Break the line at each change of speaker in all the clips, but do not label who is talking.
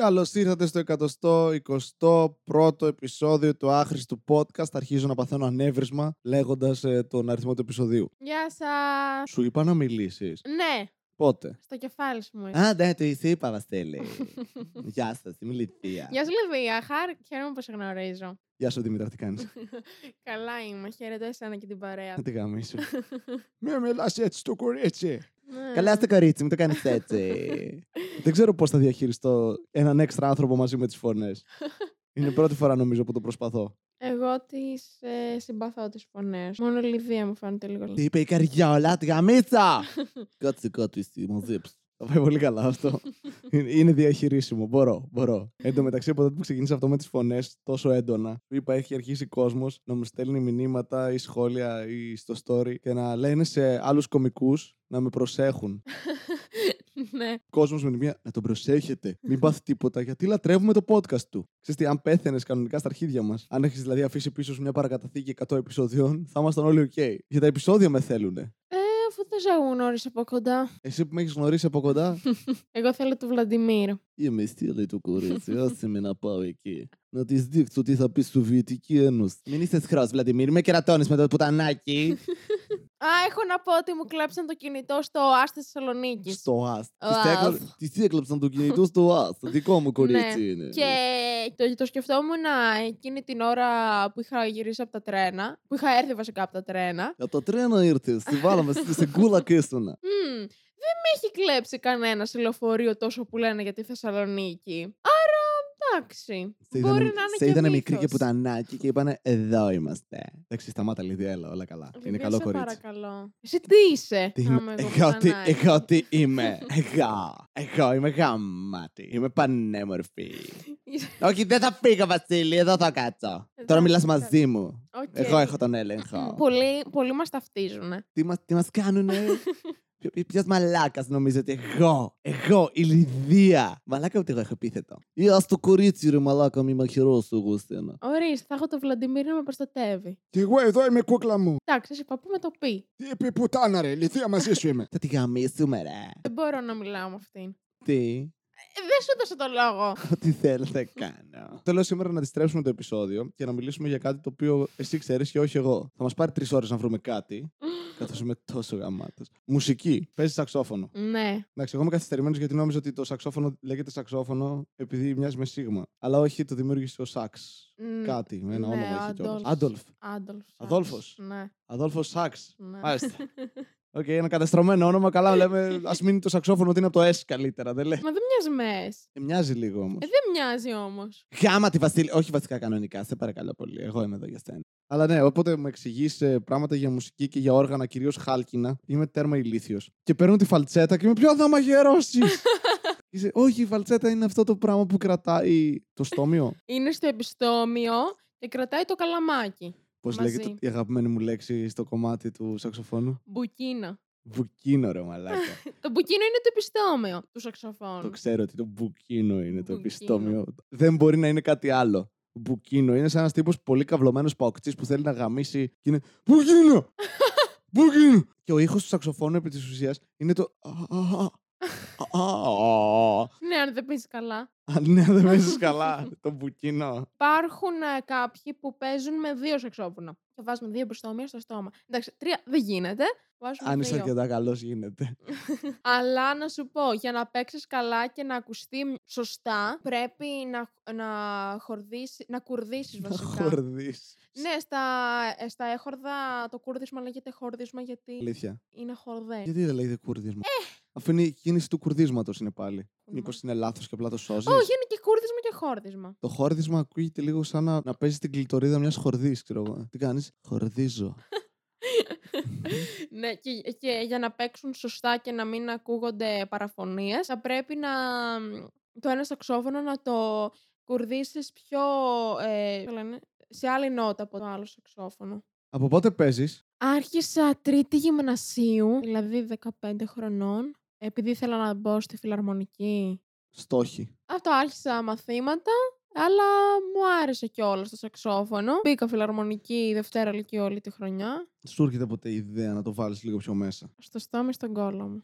Καλώς ήρθατε στο 121ο επεισόδιο του άχρηστου podcast. Αρχίζω να παθαίνω ανέβρισμα λέγοντας τον αριθμό του επεισοδίου.
Γεια σα.
Σου είπα να μιλήσεις.
Ναι,
Πότε.
στο κεφάλι σου μου. είσαι.
Α, ναι, το είπα, Βαστέλη. Γεια σας, είμαι η Λιδία.
Γεια σου, Λεβία. Χάρη, χαίρομαι που σε γνωρίζω.
Γεια σου, Δημητρά, τι κάνεις.
Καλά είμαι. Χαίρετο εσένα και την παρέα.
Να τη γαμίσω. Μην μιλά έτσι στο κορίτσι.
Ναι.
Καλά στο κορίτσι, μην το κάνεις έτσι. Δεν ξέρω πώς θα διαχειριστώ έναν έξτρα άνθρωπο μαζί με τις φωνές. Είναι η πρώτη φορά νομίζω που το προσπαθώ.
Εγώ τις ε, συμπαθώ τις φωνές. Μόνο η Λιβύα μου φαίνεται λίγο.
Τι είπε η καριόλα, τη γαμίτσα! Κάτσε κάτι στη μαζέψη. Θα πάει πολύ καλά αυτό. Είναι- Είναι διαχειρίσιμο. Μπορώ, μπορώ. Εν τω μεταξύ, από τότε που ξεκίνησε αυτό με τις φωνές τόσο έντονα, που είπα, έχει αρχίσει κόσμος να μου στέλνει μηνύματα ή σχόλια ή στο story και να λένε σε άλλους κομικούς να με προσέχουν.
ναι.
Κόσμος με τη μία, να τον προσέχετε. Μην πάθει τίποτα, γιατί λατρεύουμε το podcast του. Ξέρετε, αν πέθαινες κανονικά στα αρχίδια μας, αν έχεις δηλαδή αφήσει πίσω σου μια παρακαταθήκη 100 επεισοδιών, θα ήμασταν όλοι οκ. Για τα επεισόδια με θέλουνε.
Ε, αφού δεν σε γνώρισα από κοντά.
Εσύ που με έχεις γνωρίσει από κοντά,
Εγώ θέλω του Βλαντιμίρ.
Είμαι στήλη του κορίτσι, άσε με να πάω εκεί. Να της δείξω τι θα πει στη Βιωτική Ένωση. Μην είσαι χρό, Βλαντιμίρ, με κερατώνεις με το πουτανάκι.
Α, έχω να πω ότι μου κλέψαν το κινητό στο ΟΑΣ τη Θεσσαλονίκης.
στο ΑΣ.
Ουαφ.
Τη έκλεψαν το κινητό στο ΑΣ. Το δικό μου
Ναι.
κορίτσι είναι.
Και το, το σκεφτόμουν εκείνη την ώρα που είχα γυρίσει από τα τρένα, που είχα έρθει βασικά από τα τρένα,
Από τα τρένα ήρθες, τη βάλαμε στη- στην κούλα και ήσουνα.
Μμμ, δεν με έχει κλέψει κανένα σε λεωφορείο τόσο που λένε για τη Θεσσαλονίκη. Άρα, εντάξει.
Σε
Μπορεί
είδανε-
να είναι
σε
και
είδανε μικρή
μύθος.
και πουτανάκι και είπανε Εδώ είμαστε. Εντάξει, σταμάτα, Λίδια, έλα, όλα καλά. Είναι
Λιβύα,
καλό
σε
κορίτσι.
παρακαλώ. Εσύ τι είσαι.
Τι
άμα
είμαι,
εγώ
εγώ, τι,
πουτανάκι.
εγώ τι είμαι. Εγώ. Εγώ είμαι γαμάτη. Είμαι πανέμορφη. Όχι, δεν θα φύγω, Βασίλη. Εδώ θα κάτσω.
Εδώ
Τώρα
θα
μιλάς
κάτσω.
μαζί μου.
Οκ.
Εγώ έχω τον έλεγχο.
Πολλοί, πολλοί μας ταυτίζουν.
Τι μας τι μας κάνουνε. Ποιος μαλάκας νομίζετε, εγώ, εγώ, η Λιδία. Μαλάκα ούτε εγώ έχω επίθετο. Ή α το κορίτσι, ρε μαλάκα, μη μαχαιρώσω εγώ στένα.
Ορίστε, θα έχω τον Βλαντιμίρ να με προστατεύει.
Και εγώ εδώ είμαι κούκλα μου.
Εντάξει, εσύ παππού με το πει.
Τι είπε πουτάνα, ρε, Λιδία μαζί σου είμαι. Θα τη γαμίσουμε, ρε.
Δεν μπορώ να μιλάω με αυτήν.
Τι.
Ε, δεν σου έδωσα το λόγο.
Ό,τι θέλετε κάνω. Θέλω σήμερα να αντιστρέψουμε το επεισόδιο και να μιλήσουμε για κάτι το οποίο εσύ ξέρεις και όχι εγώ. Θα μας πάρει τρεις ώρες να βρούμε κάτι, καθώς είμαι τόσο γαμάτος. Μουσική. Παίζεις σαξόφωνο.
ναι.
Εντάξει, εγώ είμαι καθυστερημένος γιατί νόμιζα ότι το σαξόφωνο λέγεται σαξόφωνο επειδή μοιάζει με σίγμα. Αλλά όχι, το δημιούργησε ο Σάξ.
Μ,
Κάτι, με ένα
ναι,
όνομα έχει κιόλας.
Άντολφ.
Άντολφ.
Άντολφ.
Αδόλφος.
Ναι.
Αδόλφο Σάξ.
ναι.
Μάλιστα. Οκ, ένα καταστρωμένο όνομα. Καλά, λέμε. Ας μείνει το σαξόφωνο ότι είναι από το S καλύτερα. Δεν λέει.
Μα δεν μοιάζει με S.
Ε, Μοιάζει λίγο όμως.
Ε, δεν μοιάζει όμως.
Γάμα τη Βασίλη. Όχι βασικά κανονικά, σε παρακαλώ πολύ. Εγώ είμαι εδώ για σένα. Αλλά ναι, όποτε μου εξηγείς πράγματα για μουσική και για όργανα, κυρίως χάλκινα, είμαι τέρμα ηλίθιος. Και παίρνω τη φαλτσέτα και με ποιο θα μαγειρώσει. Είσαι, όχι, η φαλτσέτα είναι αυτό το πράγμα που κρατάει το στόμιο.
Είναι στο επιστόμιο και κρατάει το καλαμάκι.
Πώς
Μαζί.
λέγεται η αγαπημένη μου λέξη στο κομμάτι του σαξοφώνου.
Μπουκίνο.
Μπουκίνο, ρε μαλάκα.
Το μπουκίνο είναι το επιστόμιο του
το
σαξοφώνου.
ξέρω ότι το μπουκίνο είναι το
Λοιπόν. Μπουκίνο.
επιστόμιο. Δεν μπορεί να είναι κάτι άλλο. Μπουκίνο είναι σαν ένας τύπος πολύ καυλωμένος παοκτής που θέλει να γαμίσει και είναι. Μπουκίνο! Μπουκίνο! Και ο ήχος του σαξοφώνου επί της ουσίας είναι το.
Ναι, αν δεν παίζει καλά.
Αν ναι, δεν παίζεις καλά, το μπουκίνο.
Υπάρχουν ε, κάποιοι που παίζουν με δύο σαξόφωνα. Και βάζουμε δύο επιστόμια στο στόμα. Εντάξει, τρία δεν γίνεται. Βάζουμε
Αν είσαι
δύο.
αρκετά καλός, γίνεται.
Αλλά να σου πω, για να παίξεις καλά και να ακουστεί σωστά, πρέπει να, να, χορδίσει, να κουρδίσεις
Να
βασικά.
χορδίσεις.
Ναι, στα, ε, στα έχορδα το κούρδισμα λέγεται χόρδισμα γιατί
Αλήθεια.
είναι χορδές.
Γιατί δεν λέγεται κουρδίσμα.
Ε.
Αφού είναι η κίνηση του κουρδίσματος είναι πάλι. Μήπως είναι λάθος και απλά το σώζεις.
Όχι, είναι και κούρδισμα και χόρδισμα.
Το χόρδισμα ακούγεται λίγο σαν να, να παίζει την κλειτορίδα μιας χορδής, ξέρω εγώ. Τι κάνεις, Χορδίζω.
ναι, και, και για να παίξουν σωστά και να μην ακούγονται παραφωνίες, θα πρέπει να, το ένα σαξόφωνο να το κουρδίσεις πιο ε, το λένε, σε άλλη νότα από το άλλο σαξόφωνο.
Από πότε παίζεις,
Άρχισα τρίτη γυμνασίου, δηλαδή 15 χρονών, επειδή ήθελα να μπω στη φιλαρμονική.
Στόχοι.
Αυτό άρχισα μαθήματα, αλλά μου άρεσε κιόλας το σαξόφωνο. Μπήκα φιλαρμονική Δευτέρα Λυκείου όλη τη χρονιά.
Σου έρχεται ποτέ η ιδέα να το βάλεις λίγο πιο μέσα.
Στο στόμα ή στον κόλο μου.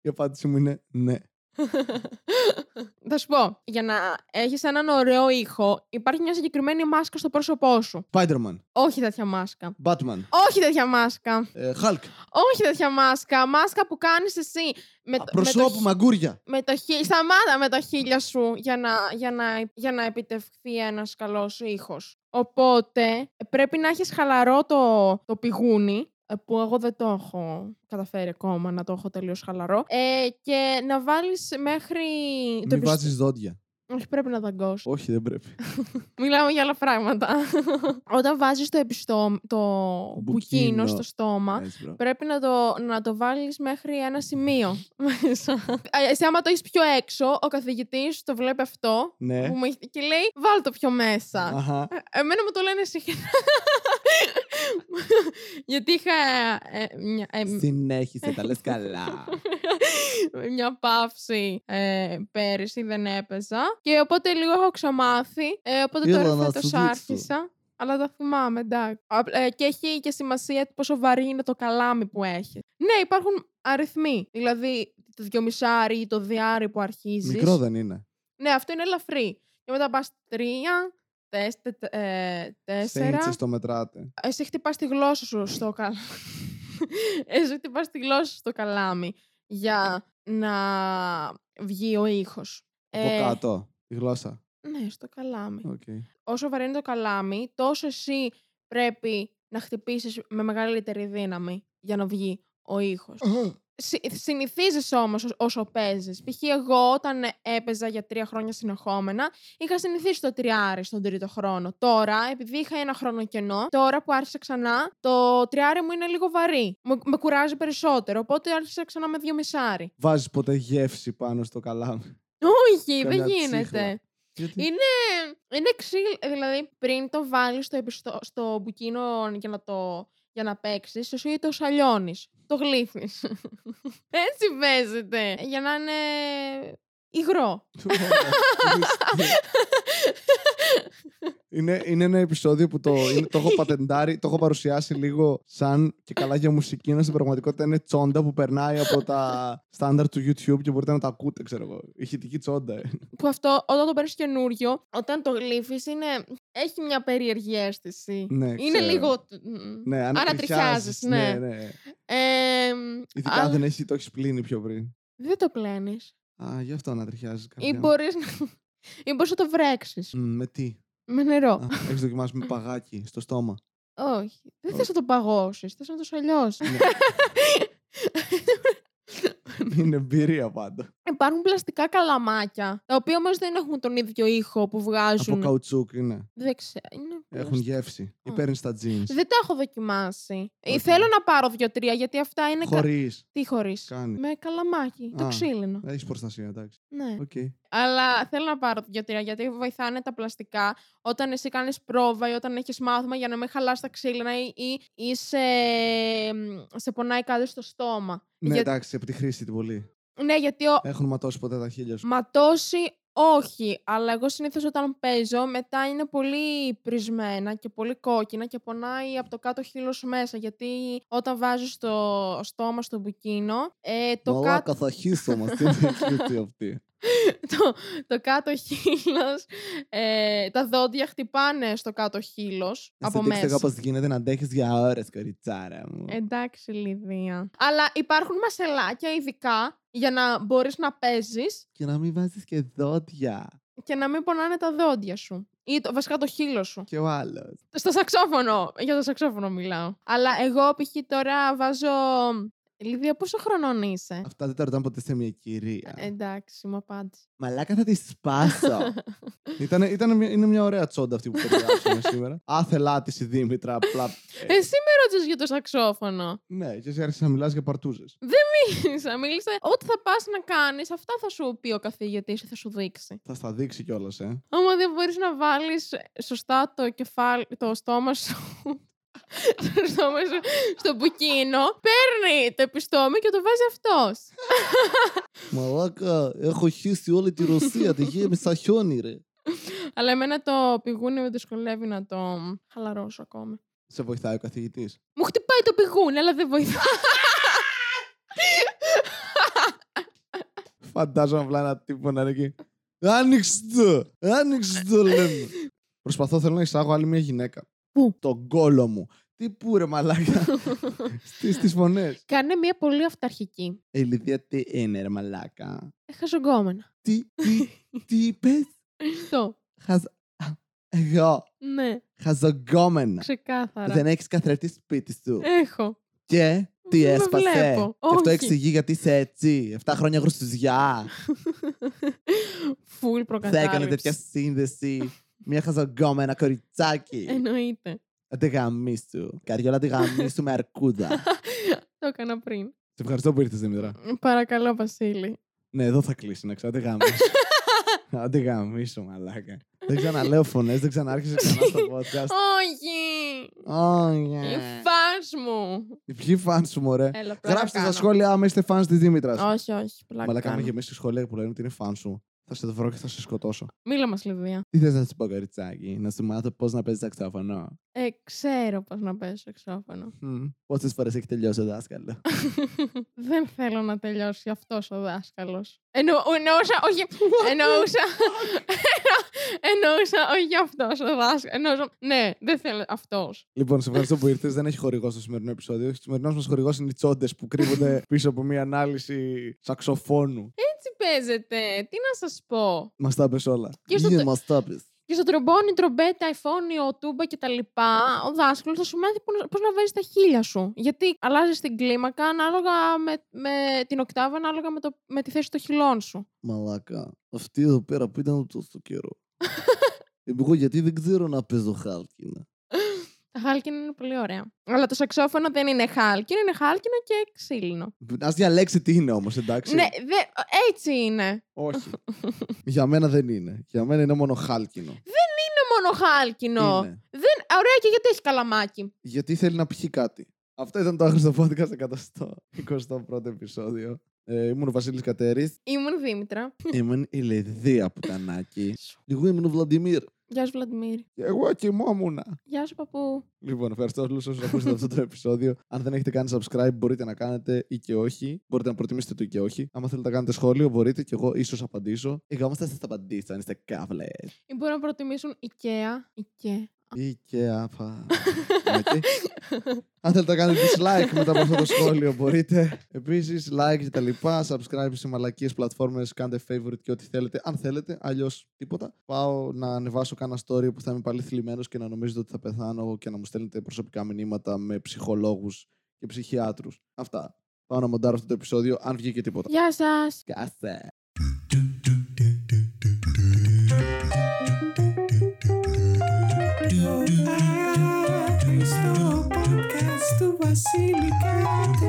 Η απάντηση μου είναι ναι.
Θα σου πω, για να έχεις έναν ωραίο ήχο, υπάρχει μια συγκεκριμένη μάσκα στο πρόσωπό σου.
Spider-Man,
Όχι τέτοια μάσκα.
Batman,
Όχι τέτοια μάσκα.
ε, Hulk.
Όχι τέτοια μάσκα. Μάσκα που κάνεις εσύ. Με, το- με το
Προσώπου,
χ-
μαγκούρια.
με το χι... Σταμάτα με το χίλια σου για να, για να, για να επιτευχθεί ένας καλός ήχος. Οπότε πρέπει να έχεις χαλαρό το, το πηγούνι, ε, που εγώ δεν το έχω καταφέρει ακόμα να το έχω τελείως χαλαρό, ε, και να βάλεις μέχρι... το
Μην
επισ-
βάζεις δόντια.
Όχι, πρέπει να δαγκώσει.
Όχι, δεν πρέπει.
Μιλάμε για άλλα πράγματα. Όταν βάζεις το, επιστό... το μπουκίνο
Μπουκίνο.
στο στόμα,
Έτσι, μπράβο.
Πρέπει να το, να το βάλεις μέχρι ένα σημείο μέσα. Ε, Εσύ άμα το έχεις πιο έξω, ο καθηγητής το βλέπει αυτό
Ναι.
που μου έχει- και λέει βάλ το πιο μέσα.
Αχα.
Ε, Εμένα μου το λένε συχνά. Γιατί είχα ε, μια, ε,
Συνέχισε, τα λες καλά.
μια παύση ε, πέρυσι, δεν έπαιζα. Και οπότε λίγο έχω ξαμάθει. Ε, οπότε
Ήθελα
τώρα
να
φέτος
σου δείξω.
άρχισα. Αλλά τα θυμάμαι, εντάξει. Απ- ε, και έχει και σημασία το πόσο βαρύ είναι το καλάμι που έχει. Ναι, υπάρχουν αριθμοί. Δηλαδή το δυομισάρι ή το διάρι που αρχίζεις.
Μικρό δεν είναι.
Ναι, αυτό είναι ελαφρύ. Και μετά πας τρία, τέσσερα. Ε, τέσσερα.
Σέιντσε το μετράτε.
Εσύ χτυπάς τη γλώσσα σου στο καλάμι. Εσύ χτυπάς τη γλώσσα σου στο καλάμι για να βγει ο ήχος.
Από
Ε.
κάτω. Η γλώσσα.
ναι, στο καλάμι.
Οκ.
Όσο βαρύ είναι το καλάμι, τόσο εσύ πρέπει να χτυπήσεις με μεγαλύτερη δύναμη για να βγει ο ήχος. Συ- συνηθίζεις όμως ως- όσο παίζεις. Π.χ. εγώ όταν ε, έπαιζα για τρία χρόνια συνεχόμενα, είχα συνηθίσει το τριάρι στον τρίτο χρόνο. Τώρα, επειδή είχα ένα χρόνο κενό, τώρα που άρχισα ξανά, το τριάρι μου είναι λίγο βαρύ. Με, με κουράζει περισσότερο, οπότε άρχισα ξανά με δύο μισάρι.
Βάζεις ποτέ γεύση πάνω στο καλάμι.
Όχι,
Καμιά
δεν
ψύχλα.
γίνεται.
Γιατί
Είναι, είναι ξύλ, δηλαδή πριν το βάλεις στο, επιστο- στο μπουκίνο για να το για να παίξεις, εσύ το σαλιώνεις, το γλύφεις. Έτσι παίζεται, για να είναι υγρό.
Είναι, είναι ένα επεισόδιο που το, είναι- το έχω πατεντάρει, το έχω παρουσιάσει λίγο σαν και καλά για μουσική, ενώ στην πραγματικότητα είναι τσόντα που περνάει από τα στάνταρ του YouTube και μπορείτε να τα ακούτε, ξέρω εγώ. Ηχητική τσόντα. ε.
Που αυτό όταν το παίρνεις καινούριο, όταν το γλύφεις είναι, έχει μια περίεργη αίσθηση.
Ναι,
είναι
ξέρω.
λίγο...
Ναι, αν
ανατριχιάζεις,
ναι.
ναι.
ναι,
Ε,
Ειδικά
αλλά
αν δεν έχει, το έχεις πλύνει πιο πριν.
δεν το πλένεις.
Α, γι' αυτό ανατριχιάζει
Ή
κάτι.
μπορείς, να- ή μπορείς να το βρέξεις
Με τι.
με νερό.
Έχεις δοκιμάσει με παγάκι στο στόμα.
Όχι. Δεν θες
Όχι.
να το παγώσεις, θες να το σαλιώσεις.
Ναι. Είναι εμπειρία πάντα.
Υπάρχουν πλαστικά καλαμάκια, τα οποία όμως δεν έχουν τον ίδιο ήχο που
Από
βγάζουν.
καουτσούκ είναι.
Δεν ξέρω. Είναι
Έχουν
πλαστικά.
γεύση. Ή
Α.
παίρνεις τα jeans.
Δεν τα έχω δοκιμάσει. Ή
Οκ.
Θέλω να πάρω δύο-τρία, γιατί αυτά είναι. κα-
Χωρίς.
Τι χωρίς.
Κάνει.
Με καλαμάκι, το
Α.
ξύλινο.
Έχεις προστασία, εντάξει.
Ναι.
Οκ.
Αλλά θέλω να πάρω δύο-τρία γιατί βοηθάνε τα πλαστικά όταν εσύ κάνεις πρόβα ή όταν έχεις μάθημα για να μην χαλάσει τα ξύλινα ή, ή, ή σε, σε πονάει κάτι στο στόμα.
Ναι,
Για-
εντάξει, επί τη χρήση την πολύ.
ναι, γιατί ο,
Έχουν ματώσει ποτέ τα χίλια σου.
Ματώσει όχι, αλλά εγώ συνήθως όταν παίζω μετά είναι πολύ πρισμένα και πολύ κόκκινα και πονάει από το κάτω χείλο σου μέσα γιατί όταν βάζεις το στόμα στο μπουκίνο ε, το, κάτω-
Μαλάκα θα χύσω μας. Τι είναι cute αυτή.
το, το κάτω χείλος ε, τα δόντια χτυπάνε στο κάτω χείλος από Ε, μέσα.
κάπω γίνεται να αντέχεις για ώρες, κοριτσάρα μου.
Εντάξει, Λιδία. Αλλά υπάρχουν μασελάκια ειδικά για να μπορείς να παίζεις
Και να μην βάζεις και δόντια.
και να μην πονάνε τα δόντια σου. Ή το, βασικά το χείλος σου.
Και ο άλλος.
Στο σαξόφωνο. Για το σαξόφωνο μιλάω. Αλλά εγώ π.χ. τώρα βάζω. Λίδια, πόσο χρονών είσαι.
Αυτά δεν τα ρωτάμε ποτέ σε μια
Ε,
κυρία.
Εντάξει, μου απάντησε.
Μαλάκα θα τη σπάσω. Ήτανε, ήτανε μια, είναι μια ωραία τσόντα αυτή που περιγράψαμε σήμερα. Άθελά τη η Δήμητρα. Απλά. ε,
Εσύ με ρώτησες για το σαξόφωνο.
ναι, και εσύ άρχισες να μιλάς για παρτούζες.
Μίλησα, μίλησα. Ό,τι θα πας να κάνεις, αυτά θα σου πει ο καθηγητής ή θα σου δείξει.
Θα στα δείξει κιόλας, ε.
Άμα δεν μπορείς να βάλεις σωστά το, κεφάλι, το στόμα σου. το στόμα σου στο μπουκίνο, παίρνει το επιστόμιο και το βάζει αυτός.
Μαλάκα, έχω χύσει όλη τη Ρωσία. Τη γέμισα χιόνι, ρε.
Αλλά εμένα το πηγούνι με δυσκολεύει να το χαλαρώσω ακόμα.
Σε βοηθάει ο καθηγητής.
Μου χτυπάει το πηγούνι, αλλά δεν βοηθά.
Φαντάζομαι απλά ένα τύπο να είναι εκεί. Άνοιξε το! Άνοιξε το, λέμε. Προσπαθώ, θέλω να εισάγω άλλη μια γυναίκα.
Πού?
Τον κόλο μου. Τι που ρε μαλάκα. Στις φωνές.
Κάνε μια πολύ αυταρχική.
Η Λιδία Ε, τι είναι ρε μαλάκα.
Χαζογκόμενα.
Τι, τι, τι είπες.
Αυτό.
Εγώ.
Ναι,
Χαζογκόμενα.
ξεκάθαρα.
Δεν έχεις καθρέφτη σπίτι σου.
Έχω.
Και τι
με
έσπασε.
Ε, βλέπω.
Και Αυτό
Όχι.
εξηγεί γιατί είσαι έτσι. 7 χρόνια γρουστουζιά.
Φουλ
Θα
προκατάληψη.
έκανε τέτοια σύνδεση. Μια χαζογκόμενα
Ε,
κοριτσάκι.
Εννοείται.
Τη γαμίσου. Καριόλα τη γαμίσου με αρκούδα.
Το έκανα πριν.
Σε ευχαριστώ που ήρθες, Δημητρά.
Παρακαλώ, Βασίλη.
Ναι, εδώ θα κλείσει να ξέρω. Άντε γαμίσου. Άντε γαμίσου, μαλάκα. Δεν ξαναλέω φωνές, δεν ξανάρχισε ξανά στο podcast.
Όχι! Η
Όνια.
φας μου!
Ποιοι φαν σου, μωρέ.
Έλα, πλάκα
Γράψτε στα
κάνω.
σχόλια άμα είστε φαν της Δήμητρας.
Όχι, όχι. Πλάκα
Μαλάκα, άμα
κάνω.
γεμίσει σχόλια που λένε ότι είναι φαν σου, θα σε βρω και θα σε σκοτώσω.
Μίλα μας, Λιδία.
Τι θες να σου πω, κοριτσάκι, να σου μάθω πώς να παίζεις ταξόφωνο.
Ε, ξέρω πώς να παίζω εξώφωνο.
Πόσες φορές έχει τελειώσει ο δάσκαλος.
Δεν θέλω να τελειώσει αυτός ο δάσκαλος. Εννο- εννοούσα, όχι, εννοούσα, εννοούσα, όχι αυτός ο δάσκαλος. Εννοούσα, ναι, δεν θέλω αυτός.
λοιπόν, σε ευχαριστώ που ήρθες. Δεν έχει χορηγός στο σημερινό επεισόδιο. Ο σημερινός μας χορηγός είναι οι τσόντες που κρύβονται πίσω από μια ανάλυση σαξοφώνου.
Έτσι παίζεται, τι να σας πω.
Μας τα πες όλα.
Και στο
Γεια
τε-
μας τα πες.
Και στο τρομπόνι, τρομπέτα, αεφώνιο, τούμπα κτλ. Ο δάσκαλος θα σου μάθει πώς να βάζεις τα χίλια σου. Γιατί αλλάζεις την κλίμακα ανάλογα με, με την οκτάβα, ανάλογα με, το, με τη θέση των χυλών σου.
Μαλάκα. Αυτή εδώ πέρα που ήταν τόσο καιρό. Εγώ γιατί δεν ξέρω να παίζω ναι». χάλκινα.
Τα χάλκινα είναι πολύ ωραία. Αλλά το σαξόφωνο δεν είναι χάλκινο, είναι χάλκινο και ξύλινο.
Ας διαλέξει τι είναι όμως, εντάξει.
Ναι, δε, έτσι είναι. Ε,
Όχι. Για μένα δεν είναι. Για μένα είναι μόνο χάλκινο.
Είναι μόνο χάλκινο.
Είναι.
Δεν, ωραία, και γιατί έχει καλαμάκι.
γιατί θέλει να πιει κάτι. Αυτό ήταν το άχρηστο podcast 100, 21ο επεισόδιο. Ε, ήμουν ο Βασίλης Κατέρης.
Ήμουν Δήμητρα.
ήμουν η Λεδία Πουτανάκη. Εγώ ήμουν ο Βλαντιμίρ.
Γεια σου, Βλαντιμίρη.
Και εγώ κοιμόμουνα.
Γεια σου, παππού.
Λοιπόν, ευχαριστώ όλους όσους ακούσατε αυτό το επεισόδιο. Αν δεν έχετε κάνει subscribe, μπορείτε να κάνετε ή και όχι. Μπορείτε να προτιμήσετε το ή και όχι. Άμα θέλετε να κάνετε σχόλιο, μπορείτε και εγώ ίσως απαντήσω. Εγώ όμω θα σας απαντήσω, αν είστε καύλες.
Ή μπορούν να προτιμήσουν IKEA. IKEA.
Ή και απα. Οκ. Αν θέλετε να κάνετε dislike μετά από αυτό το σχόλιο, μπορείτε. Επίσης, like και τα λοιπά. Subscribe σε μαλακίες πλατφόρμες. Κάντε favorite και ό,τι θέλετε. Αν θέλετε, αλλιώς τίποτα. Πάω να ανεβάσω κάνα story που θα είμαι πάλι θλιμμένος και να νομίζετε ότι θα πεθάνω και να μου στέλνετε προσωπικά μηνύματα με ψυχολόγους και ψυχιάτρους. Αυτά. Πάω να μοντάρω αυτό το επεισόδιο, αν βγήκε τίποτα.
Γεια σας.
Κάθε.
Cristo Podcast, tu basilica.